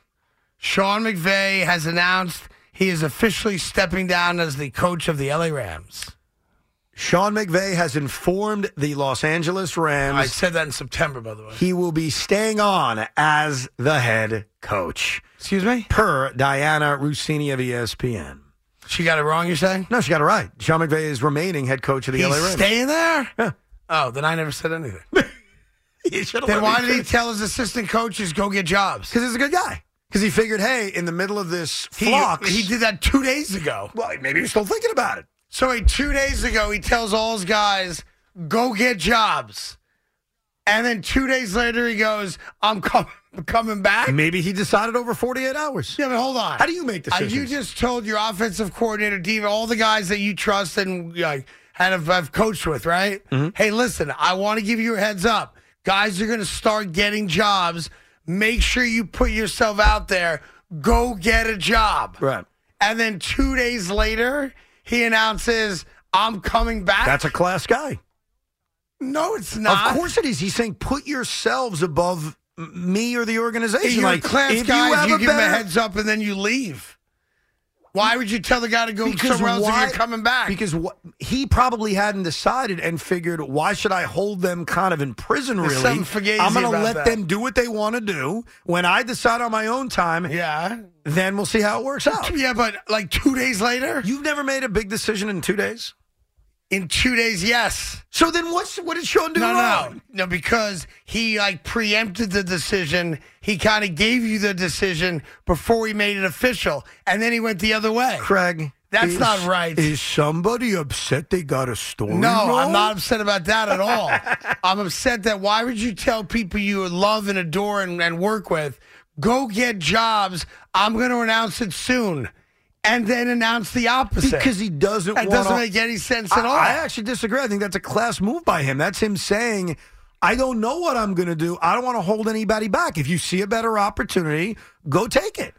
Sean McVay has announced he is officially stepping down as the coach of the LA Rams.
Sean McVay has informed the Los Angeles Rams.
I said that in September, by the way.
he will be staying on as the head coach,
Excuse me?
per Diana Rossini of E ESPN.
She got it wrong, you're saying?
No, she got it right. Sean McVay is remaining head coach of the [LAUGHS]
He's
LA Rams.
staying there? Oh, then I never said anything.
let
then why
me
did he
finish.
tell his assistant coaches go get jobs?
Because he's a good guy. Because he figured, hey, in the middle of this
He-
flux,
he did that two days ago.
Well, maybe he was still thinking about it.
So he, two days ago, he tells all his guys, go get jobs. And then two days later, he goes, I'm com- coming back.
Maybe he decided over 48 hours.
Yeah, but hold on.
How do you make
Uh,
decisions?
you just told your offensive coordinator, Diva, all the guys that you trust and like, and have, have coached with, right?
Mm-hmm.
Hey, listen, I want to give you a heads up. Guys are going to start getting jobs. Make sure you put yourself out there. Go get a job.
Right.
And then two days later, he announces, I'm coming back.
That's a class guy.
no, it's not.
Of course it is. He's saying put yourselves above m- me or the organization.
You're
like
a class
if
guy,
you,
you,
have a
give him
better-
a heads up and then you leave. Why would you tell the guy to go somewhere else if you're coming back?
Because what he probably hadn't decided and figured, why should I hold them kind of in prison?
There's
Really,
something fugazi
I'm gonna
about
let
that.
them do what they want to do. When I decide on my own time,
yeah.
then we'll see how it works out.
Yeah, but like two days later?
You've never made a big decision in two days.
In two days, yes.
So then, what's what did Sean do
No,
wrong?
no, no, because he like preempted the decision. He kind of gave you the decision before he made it official, and then he went the other way.
Craig,
That's
is-
not right.
Is somebody upset they got a story?
No,
wrong?
I'm not upset about that at
[LAUGHS]
all. I'm upset that why would you tell people you love and adore and, and work with, go get jobs? I'm going to announce it soon, and then announce the opposite.
because he doesn't.
that
wanna-
doesn't make any sense at
I-
all.
I actually disagree. I think that's a class move by him. That's him saying, "I don't know what I'm going to do. I don't want to hold anybody back. If you see a better opportunity, go take it."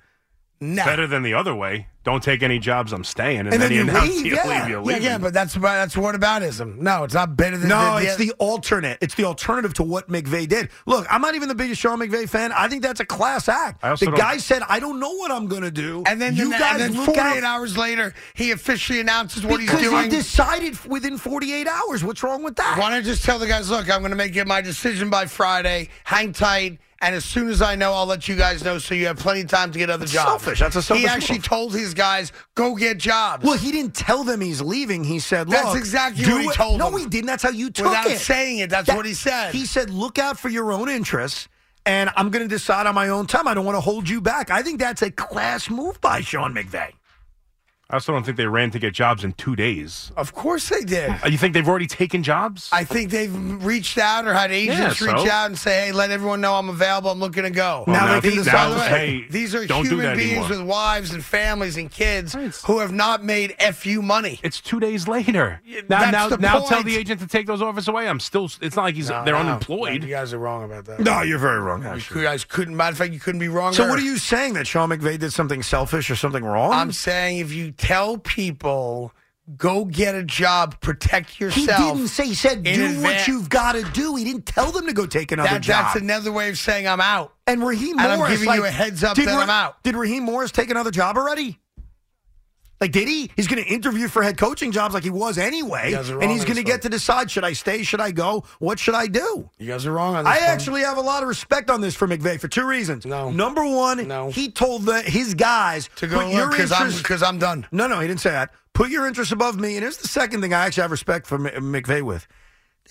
no.
Better than the other way. Don't take any jobs. I'm staying, and,
And then
he
you
announced
leave,
you
yeah.
leave. You
Yeah,
leave.
yeah, but that's about, that's whataboutism. No, it's not better than
No, it's the alternate. It's the alternative to what McVay did. Look, I'm not even the biggest Sean McVay fan. I think that's a class act.
I also
The
don't-
guy said, "I don't know what I'm going to do,"
and then
you
the,
guys
and then
look
48
out
hours later, he officially announces what
because
he's doing.
he decided within 48 hours. What's wrong with that?
Why don't I just tell the guys, look, I'm going to make it my decision by Friday. Hang tight. And as soon as I know, I'll let you guys know so you have plenty of time to get other jobs.
selfish. That's a selfish
He actually
move.
told his guys, go get jobs.
Well, he didn't tell them he's leaving. He said, "Look,
That's exactly
do
what he
it-
told
No,
them.
he didn't. That's how you took
Without
it.
saying it, that's what he said.
He said, "Look out for your own interests." And I'm going to decide on my own time. I don't want to hold you back. I think that's a class move by Sean McVay.
I also don't think they ran to get jobs in two days.
of course they
[LAUGHS]
did.
Uh, You think they've already taken jobs?
I think they've reached out or had agents
Yeah,
reach
so?
out and say, hey, let everyone know I'm available. I'm looking to go.
Well,
now
now
they can
he-
decide
By
now
the way,
later.
hey,
these are
don't do
human
that
beings
anymore.
with wives and families and kids
Right.
who have not made FU money.
It's two days later. Now,
that's
now,
the
now tell
point.
the agent to take those offers away. I'm still. It's not like he's.
No,
they're
no.
unemployed.
You guys are wrong about that.
No, you're very wrong.
You guys couldn't. Matter of fact, you couldn't be wrong.
So, what are you saying that Sean McVay did something selfish or something wrong?
I'm saying if you tell people, go get a job, protect
he
yourself.
didn't say. He said, "Do
in advance-
what you've got to do." He didn't tell them to go take another
That,
job.
that's another way of saying I'm out.
and Raheem
And I'm
Morris,
giving
like,
you a heads up
did
that
Ra-
I'm out.
Did Raheem Morris take another job already? Like, did he? He's going to interview for head coaching jobs like he was anyway,
You guys are wrong
and he's
on
going to
this one.
get to decide: should I stay? Should I go? What should I do?
You guys are wrong on this.
I
one.
actually have a lot of respect on this for McVay for two reasons.
No.
Number one,
No.
he told the, his guys
to go
put your
because I'm
interest-
because I'm done.
no, no, he didn't say that. Put your interests above me. And here's the second thing I actually have respect for M- McVay with.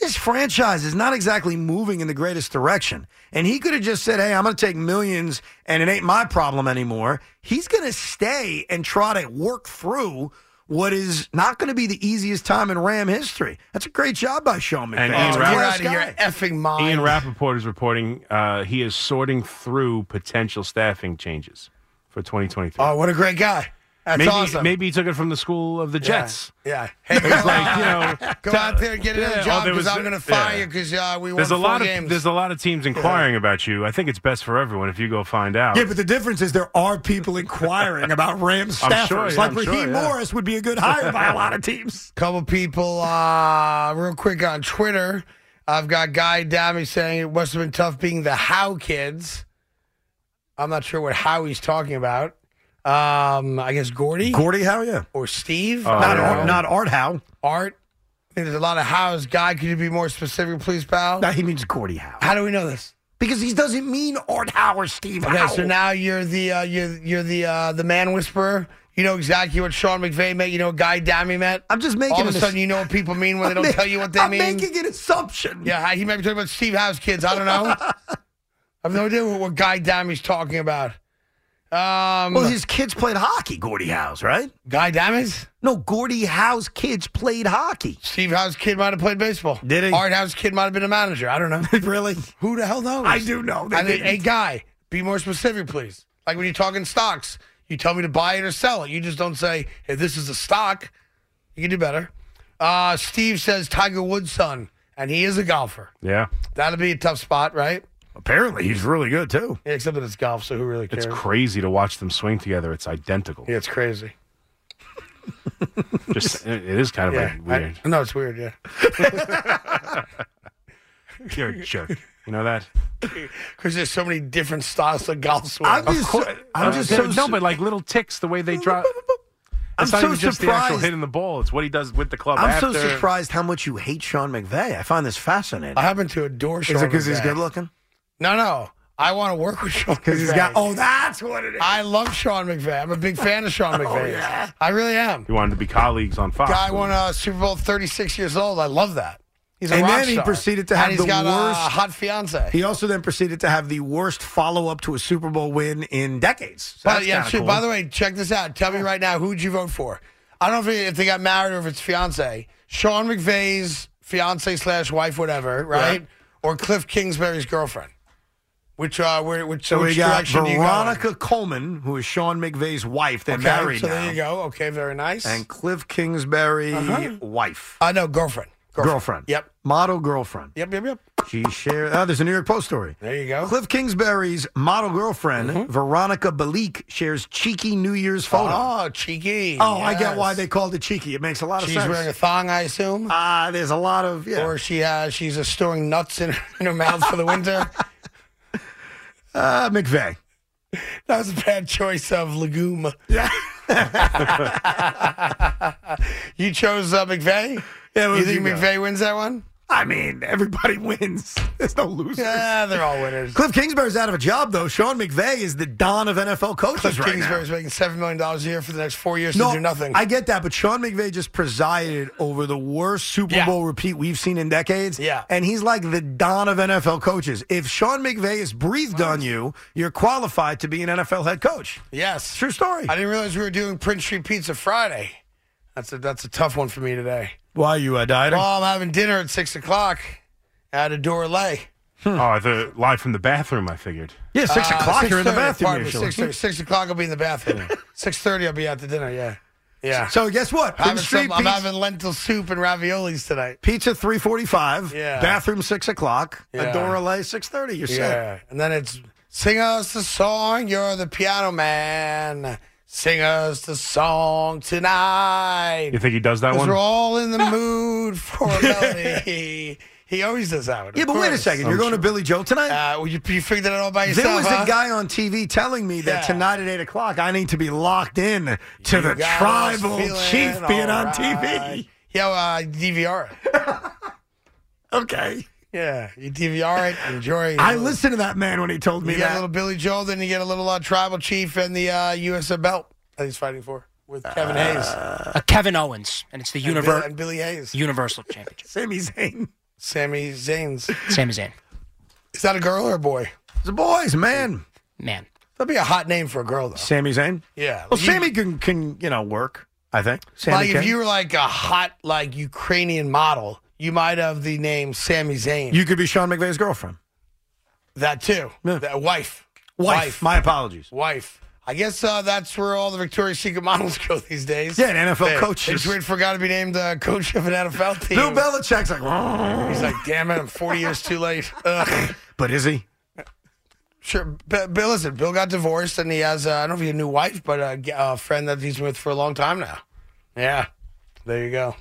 This franchise is not exactly moving in the greatest direction. And he could have just said, hey, I'm going to take millions and it ain't my problem anymore. He's going to stay and try to work through what is not going to be the easiest time in Ram history. That's a great job by Sean McVay.
And
Oh,
Ian
get
Rappaport-
out of your effing mind.
Ian Rappaport is reporting uh, he is sorting through potential staffing changes for 2023.
Oh, what a great guy. That's
maybe,
awesome.
maybe he took it from the school of the Jets.
Yeah. [LAUGHS] Hey, go,
It's like, you know,
go
t-
out there and get another
yeah, oh,
job
there
because
was-
I'm going to fire
yeah.
you because uh, we won
There's a
four
lot of
games.
there's a lot of teams inquiring about you. I think it's best for everyone if you go find out.
Yeah, but the difference is there are people inquiring about Rams staffers.
[LAUGHS] I'm sure, yeah,
like
I'm sure,
Raheem
yeah.
Morris would be a good hire by a lot of teams.
couple people uh, real quick on Twitter. I've got Guy Dammy saying it must have been tough being the How kids. I'm not sure what How he's talking about. Um, I guess Gordy
Gordy, how are you?
or Steve.
Oh,
I
not,
don't
yeah.
know.
Art, not Art Howe.
Art. I think there's a lot of Hows. Guy, could you be more specific, please, pal?
No, he means Gordy Howe.
How do we know this?
Because he doesn't mean Art Howe or Steve
Okay,
Howe.
so now you're the uh, you're you're the uh, the man whisperer. You know exactly what Sean McVay meant. You know what Guy Dami meant.
I'm just making
All of a
an
sudden,
ass-
you know what people mean when they
I'm
don't
ma-
tell you what they
I'm
mean.
making an assumption.
Yeah, he might be talking about Steve Howe's kids. I don't know. I have no idea what, what Guy Dami's talking about. Um,
Well, his kids played hockey, Gordy Howe's, right?
Guy Dami's?
No, Gordy Howe's kids
[LAUGHS]
played hockey.
Steve Howe's kid might have played baseball.
Did he?
Art Howe's kid might have been a manager. I don't know.
really?
Who the hell knows?
I do know. They
I think,
didn't.
hey, Guy, be more specific, please. Like when you're talking stocks, you tell me to buy it or sell it. You just don't say, hey, this is a stock. You can do better. Uh, Steve says Tiger Woods' son, and he is a golfer.
Yeah.
That'll be a tough spot, right?
Apparently, he's really good too.
Yeah, except that it's golf, so who really cares?
It's crazy to watch them swing together. It's identical.
yeah, it's crazy.
Just it it is kind of
Yeah,
like
I-
weird.
no, it's weird. Yeah,
You're a jerk. You know that?
because there's so many different styles of golf swing.
I'm just, so, I'm
Uh,
just
there-
so
no, but like little ticks, the way they drop.
[LAUGHS] I'm
It's not
so
even just the actual
surprised.
hitting the ball. It's what he does with the club.
I'm
after.
so surprised how much you hate Sean McVay. I find this fascinating.
I happen to adore Sean.
Is it because he's
McVay.
good looking?
No, no. I want to work with
[LAUGHS]
Sean
Because he's got.
McVay.
Oh, that's what it is.
I love Sean McVay. I'm a big fan of
[LAUGHS]
Sean McVay.
Oh, yeah.
I really am.
You wanted to be colleagues on Fox.
Guy won a Super Bowl 36 years old. I love that. He's a
And
rock
then he
star.
proceeded to
And
have
he's
the
got
worst-
a hot fiance.
He also then proceeded to have the worst follow up to a Super Bowl win in decades. So
But
that's
yeah,
kinda
shoot,
cool.
by the way, check this out. Tell me right now, who'd you vote for? I don't know if, it- if they got married or if it's fiance. Sean McVay's fiance slash wife, whatever, right? Or Cliff Kingsbury's girlfriend. Which uh, where, which,
so we
which
got
direction do you go in?
Veronica Coleman, who is Sean McVay's wife, they're
Okay,
married
so
now,
there you go. Okay, very nice.
and Cliff Kingsbury,
Uh-huh.
wife,
I know girlfriend.
girlfriend,
Yep.
model girlfriend.
Yep. Yep. Yep.
She shared. Oh, there's a New York Post story.
There you go. Mm-hmm.
Cliff Kingsbury's model girlfriend, Veronica Balik, shares cheeky New Year's photo.
Oh, cheeky.
Oh, I get
yes.
why they called it cheeky. It makes a lot of
She's
sense.
wearing a thong, I assume,
Ah, there's a lot of yeah.
or she has. She's uh, storing nuts in, [LAUGHS] in her mouth for the
[LAUGHS]
winter.
Uh, McVeigh.
That was a [LAUGHS] bad choice of legume.
Yeah.
[LAUGHS] You chose uh, McVeigh.
Yeah, what
you
did
think
you go?
McVeigh wins that one?
I mean, everybody [LAUGHS] wins. There's no losers.
Yeah, they're all winners.
Cliff Kingsbury's out of a job though. Sean McVeigh is the don of NFL coaches
Cliff
right
Kingsbury's making seven million dollars a year for the next four years
now.
to do nothing.
I get that, but Sean McVay just presided over the worst Super
Yeah.
Bowl repeat we've seen in decades.
Yeah.
And he's like the don of NFL coaches. If Sean McVay has breathed on you, you're qualified to be an NFL head coach.
yes,
True story.
I didn't realize we were doing Prince Street Pizza Friday. That's a that's a tough one for me today.
Why you uh, a dieter?
Well, I'm having dinner at six o'clock at Adore Lay.
Oh, the live from the bathroom. I figured.
yeah, six
Uh,
o'clock. You're in the
6:30,
bathroom.
pardon me,
usually.
6:30, Six o'clock, I'll be in the
[LAUGHS]
bathroom. Six thirty, I'll be out to dinner. Yeah, yeah.
So guess what?
I'm
Prince
having
Street
some- I'm
Pizza-
having lentil soup and raviolis tonight.
Pizza three forty five.
Yeah.
Bathroom six o'clock.
Yeah.
Adora Lay six thirty. You're set.
Yeah, and then it's sing us the song. You're the piano man. Sing us the song tonight.
You think he does that
Because
one?
we're all
[LAUGHS]
in the mood for a melody. he always does that. one,
Yeah,
of
but wait a
course.
second. You're going to Billy Joe tonight.
Uh, well, you, you figured that out all by yourself.
there was
huh?
a guy on TV telling me
Yeah.
that tonight at eight o'clock I need to be locked in to the
You got
tribal
us feeling
chief being
all
on TV.
right. Yo, uh, DVR. it.
Okay.
Yeah, you DVR it. Enjoy. it.
I listened to that man when he told me
You get a
that.
little Billy Joel, then you get a little uh, tribal chief and the uh, USA belt that he's fighting for with Kevin Hayes,
Uh, Kevin Owens, and it's the
and, Bill-
univer-
and Billy Hayes,
Universal Championship.
[LAUGHS] Sami Zayn.
Sammy Zayn's.
Sami Zayn.
Is that a girl or a boy?
It's a boys, man.
Man.
That'd be a hot name for a girl, though.
Sami Zayn.
Yeah.
Well,
You-
Sammy can can you know work. I think. Sammy
like
can.
if you were like a hot like Ukrainian model, you might have the name Sammy Zayn.
you could be Sean McVay's girlfriend.
that too.
Yeah.
That wife.
Wife. My apologies.
Wife. I guess uh, that's where all the Victoria's Secret models [LAUGHS] go these days.
Yeah, and NFL
They-
coaches.
It's weird for a guy to be named uh, coach of an NFL team.
Bill Belichick's like, [LAUGHS]
He's like, damn it, I'm 40 years too late. [LAUGHS] Ugh.
but is he?
Sure. B- Bill, listen, Bill got divorced and he has, uh, I don't know if he has a new wife, but a, g- a friend that he's with for a long time now. Yeah. There you go.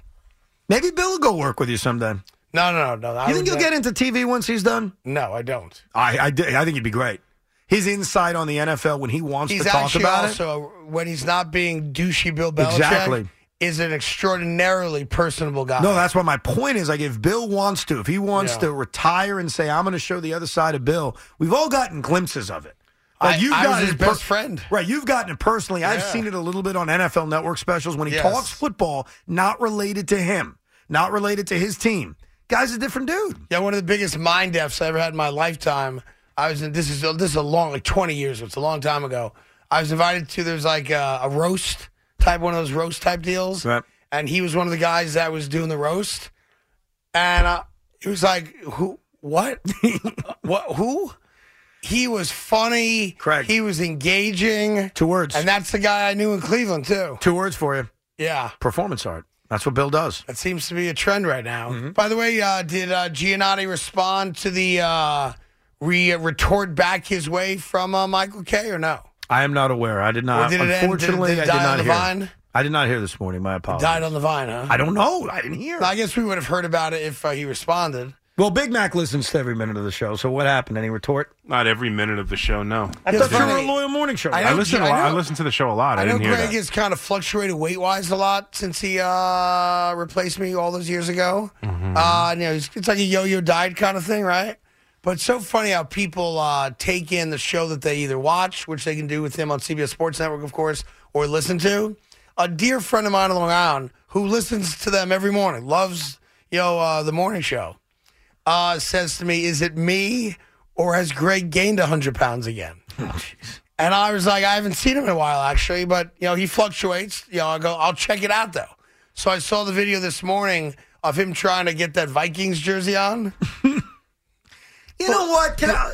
Maybe Bill will go work with you someday.
No, no, no. no. I
You think
would
you'll
ne-
get into TV once he's done?
No, I don't.
I, I, di- I think he'd be great. His insight on the NFL when he wants
He's
to talk
actually
about it.
also when he's not being douchey Bill Belichick
Exactly.
is an extraordinarily personable guy.
No, that's why my point is. Like, if Bill wants to, if he wants
Yeah.
to retire and say, "I'm going to show the other side of Bill," we've all gotten glimpses of it. Like
I-
you've
I was
got
his best friend.
Right. You've gotten it personally. I've
Yeah.
seen it a little bit on NFL Network specials when he
Yes.
talks football, not related to him, not related to his team. Guy's a different dude.
Yeah, one of the biggest mind deafs I ever had in my lifetime. I was in this is this is a long like twenty years. It's a long time ago. I was invited to there's like a, a roast type one of those roast type deals,
Right.
and he was one of the guys that was doing the roast, and uh, it was like who
[LAUGHS]
what what who. He was funny.
Craig.
He was engaging.
Two words.
And that's the guy I knew in Cleveland, too.
Two words for you.
Yeah.
Performance art. That's what Bill does.
That seems to be a trend right now. By the way, uh, did uh, Giannotti respond to the uh, re- retort back his way from uh, Michael K or no?
I am not aware. I did not.
Or did it end- did it-
unfortunately,
did it
I
die
did
on
not
the
hear.
vine?
I did not hear this morning. My apologies.
Died on the vine, huh?
I don't know. I didn't hear.
I guess we would have heard about it if uh, he responded.
Well, Big Mac listens to every minute of the show. So what happened? Any retort?
Not every minute of the show, no.
I
Yeah,
thought you were a
funny.
loyal morning show.
I
I
know-
listen. A
I
lot. I
know-
listen to the show a lot. I,
I know
didn't hear
Greg
that.
has kind of fluctuated weight wise a lot since he uh, replaced me all those years ago.
Mm-hmm.
Uh, you know, it's, it's like a yo yo diet kind of thing, right? But it's so funny how people uh, take in the show that they either watch, which they can do with him on CBS Sports Network, of course, or listen to. A dear friend of mine in Long Island who listens to them every morning, loves you know uh, the morning show, uh, says to me, "Is it me or has Greg gained hundred pounds again?" And I was like, I haven't seen him in a while, actually, but you know, he fluctuates. You know, I go, I'll check it out though. So I saw the video this morning of him trying to get that Vikings jersey
[LAUGHS]
on.
You know what? Can
[LAUGHS]
I,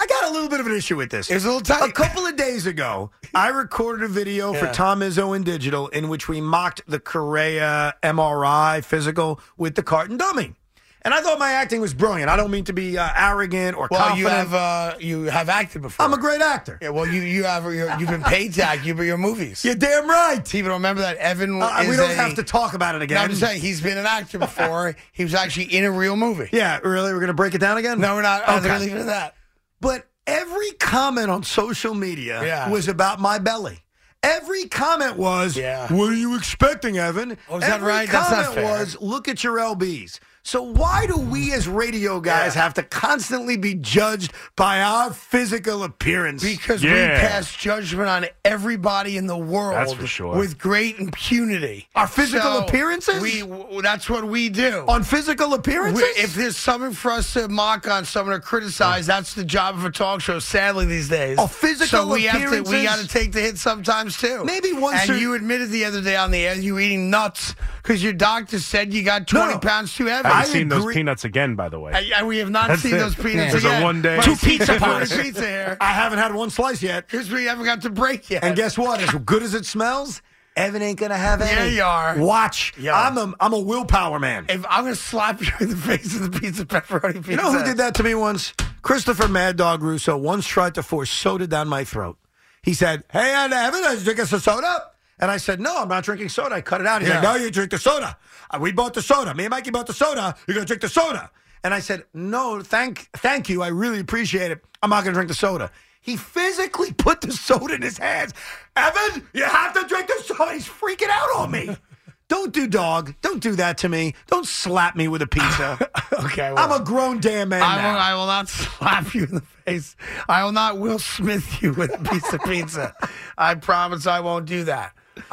I got a little bit of an issue with this.
It was a little tight.
A couple of days ago, I recorded a video for
Yeah.
Tom Izzo in digital in which we mocked the Correa MRI physical with the carton dummy. And I thought my acting was brilliant. I don't mean to be uh, arrogant or
Well, you
confident.
have uh, you have acted before.
I'm a great actor.
yeah, well, you you have you're, you've been paid to act. You but your movies.
You're damn right.
See, People remember that Evan.
Uh,
is
we don't
a-
have to talk about it
No,
again.
I'm just saying he's been an
[LAUGHS]
actor before. he was actually in a real movie.
yeah, really? We're going to break it down again?
No, we're not. I was
Okay.
gonna leave it at that.
But every comment on social media
Yeah.
was about my belly. Every comment was,
Yeah.
"What are you expecting, Evan?"
Oh, is that
every
right? That's
Comment
not fair.
was, "Look at your lbs." So why do we as radio guys
Yeah.
have to constantly be judged by our physical appearance?
Because we
Yeah.
pass judgment on everybody in the world
That's for sure.
with great impunity.
Our physical appearances?
We w- that's what we do.
on physical appearances,
We- if there's something for us to mock on someone or criticize, that's the job of a talk show. Sadly, these days,
Oh, physical
So we have to we
appearances?
got to take the hit sometimes too.
Maybe once
And
or-
you admitted the other day on the air you were eating nuts because your doctor said you got
No,
20
no.
pounds too heavy.
I
I
haven't seen
agree-
those peanuts again, by the way.
And- and we have not
That's
seen
it.
those peanuts
There's a
again.
one day-
But
Two
I see
pizza
pepperoni
pies.
pizza here.
I haven't had one slice yet.
Because we haven't got to break yet.
And guess what? As good as it smells, Evan ain't gonna have any.
Yeah, you are.
Watch,
Yeah.
I'm a I'm a willpower man.
If I'm gonna slap you in the face with a piece of pepperoni [LAUGHS] pizza.
You know who did that to me once? Christopher Mad Dog Russo once tried to force soda down my throat. He said, Hey, I haven't I drink some soda. And I said, No, I'm not drinking soda. I cut it out. He's like,
Yeah.
No, you drink the soda. Uh, We bought the soda. Me and Mikey bought the soda. You're gonna drink the soda. And I said, No, thank thank you. I really appreciate it. I'm not gonna drink the soda. He physically [LAUGHS] put the soda in his hands. Evan, you have to drink the soda. He's freaking out on me. [LAUGHS] Don't do dog. Don't do that to me. Don't slap me with a pizza.
Okay, well,
I'm a grown damn man.
I
now.
will, I will not slap you in the face. I will not Will Smith you with a piece of
[LAUGHS]
pizza. I promise I won't do that. Um,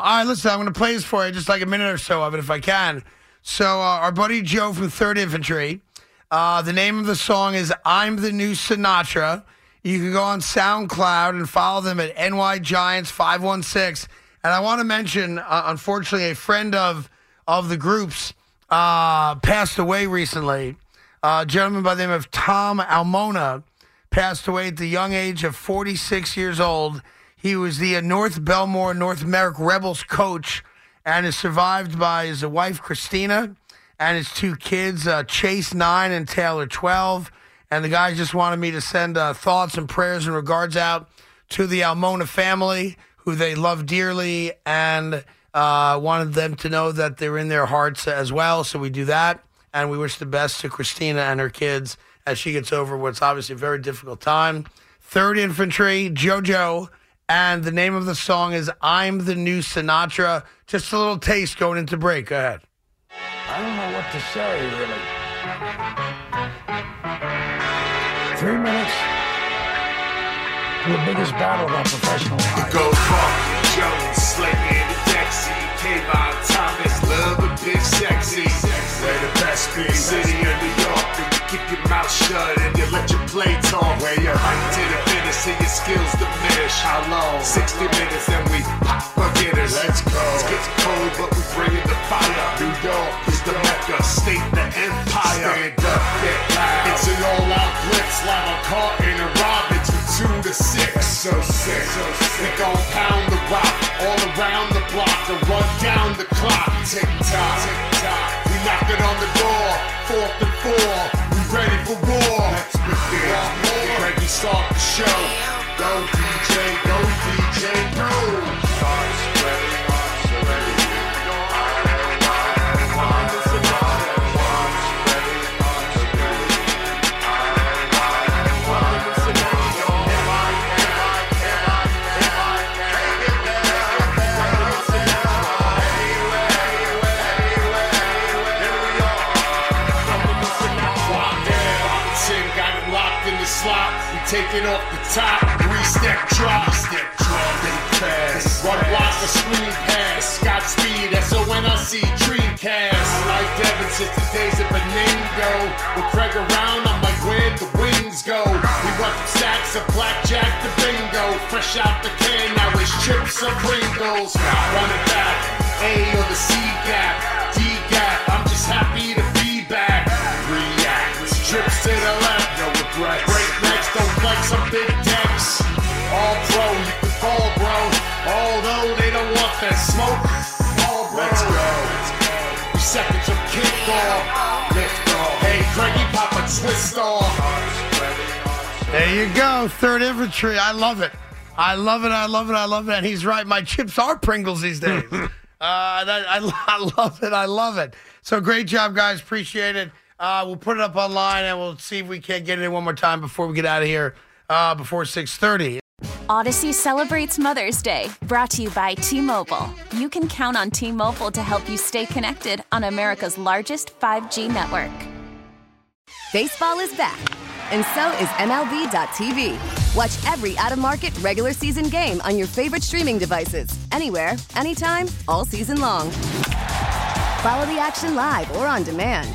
all right, listen, I'm going to play this for you, just like a minute or so of it, if I can. So, uh, our buddy Joe from Third Infantry. Uh, the name of the song is "I'm the New Sinatra." You can go on SoundCloud and follow them at NY Giants five one six. And I want to mention, uh, unfortunately, a friend of of the groups uh, passed away recently. Uh, a gentleman by the name of Tom Almona passed away at the young age of 46 years old. He was the uh, North Belmore North Merrick Rebels coach and is survived by his wife, Christina, and his two kids, uh, Chase, nine, and Taylor, 12. And the guys just wanted me to send uh, thoughts and prayers and regards out to the Almona family, who they love dearly, and uh, wanted them to know that they're in their hearts as well. So we do that. And we wish the best to Christina and her kids as she gets over what's obviously a very difficult time. Third Infantry, JoJo, and the name of the song is I'm the New Sinatra. Just a little taste going into break. Go ahead.
I don't know what to say, really. Three minutes in the biggest battle of our professional life.
Go Funk, Jones, Slick, and Dexy, K-Bob, Thomas, Love, and Big Sexy. Where the best be, city of New York, and you keep your mouth shut and you let your play talk. Where you're right to the finish, see your skills diminish. How long? 60 minutes, and we pop beginners. Let's go. It gets cold, but we bring in the fire. New York is the mecca, state the empire. Stand up, get loud. It's an all-out blitz, like a car in a Robin two to six. So sick. They gon' pound the rock all around the block and run down the clock. Tick tock, tick tock. We knocking on the door, fourth and four. We ready for war. Let's begin. Want more? Ready, start the show. Go DJ, go DJ, go. Start spreading our Tim got it locked in the slot. We taking off the top. Three step drop. Step drop. Big pass. One block a screen pass. Scott Speed. S O N I C. Dreamcast. I like Devin since the days of Beningo. With Craig around, I'm like, where'd the wings go? We went from stacks of blackjack to bingo. Fresh out the can, now it's chips and Pringles. Run it back. A or the C gap. D gap. I'm just happy to be back. React. Trips to the left, no regrets. Breaknecks don't flex on big decks. All pro, you can fall, bro. Although they don't want that smoke. All bro. Let's go. We seconds of kickoff. Lift off. Hey, Craigie, pop a twist off.
There you go, Third Infantry. I love it. I love it. I love it. I love it. And he's right. My chips are Pringles these days. uh, that, I, [LAUGHS] lo- I love it. I love it. So great job, guys. Appreciate it. Uh, we'll put it up online and we'll see if we can't get it in one more time before we get out of here uh, before six thirty.
Odyssey celebrates Mother's Day, brought to you by T Mobile. You can count on T Mobile to help you stay connected on America's largest 5G network.
Baseball is back, and so is MLB.tv. Watch every out of market regular season game on your favorite streaming devices, anywhere, anytime, all season long. Follow the action live or on demand.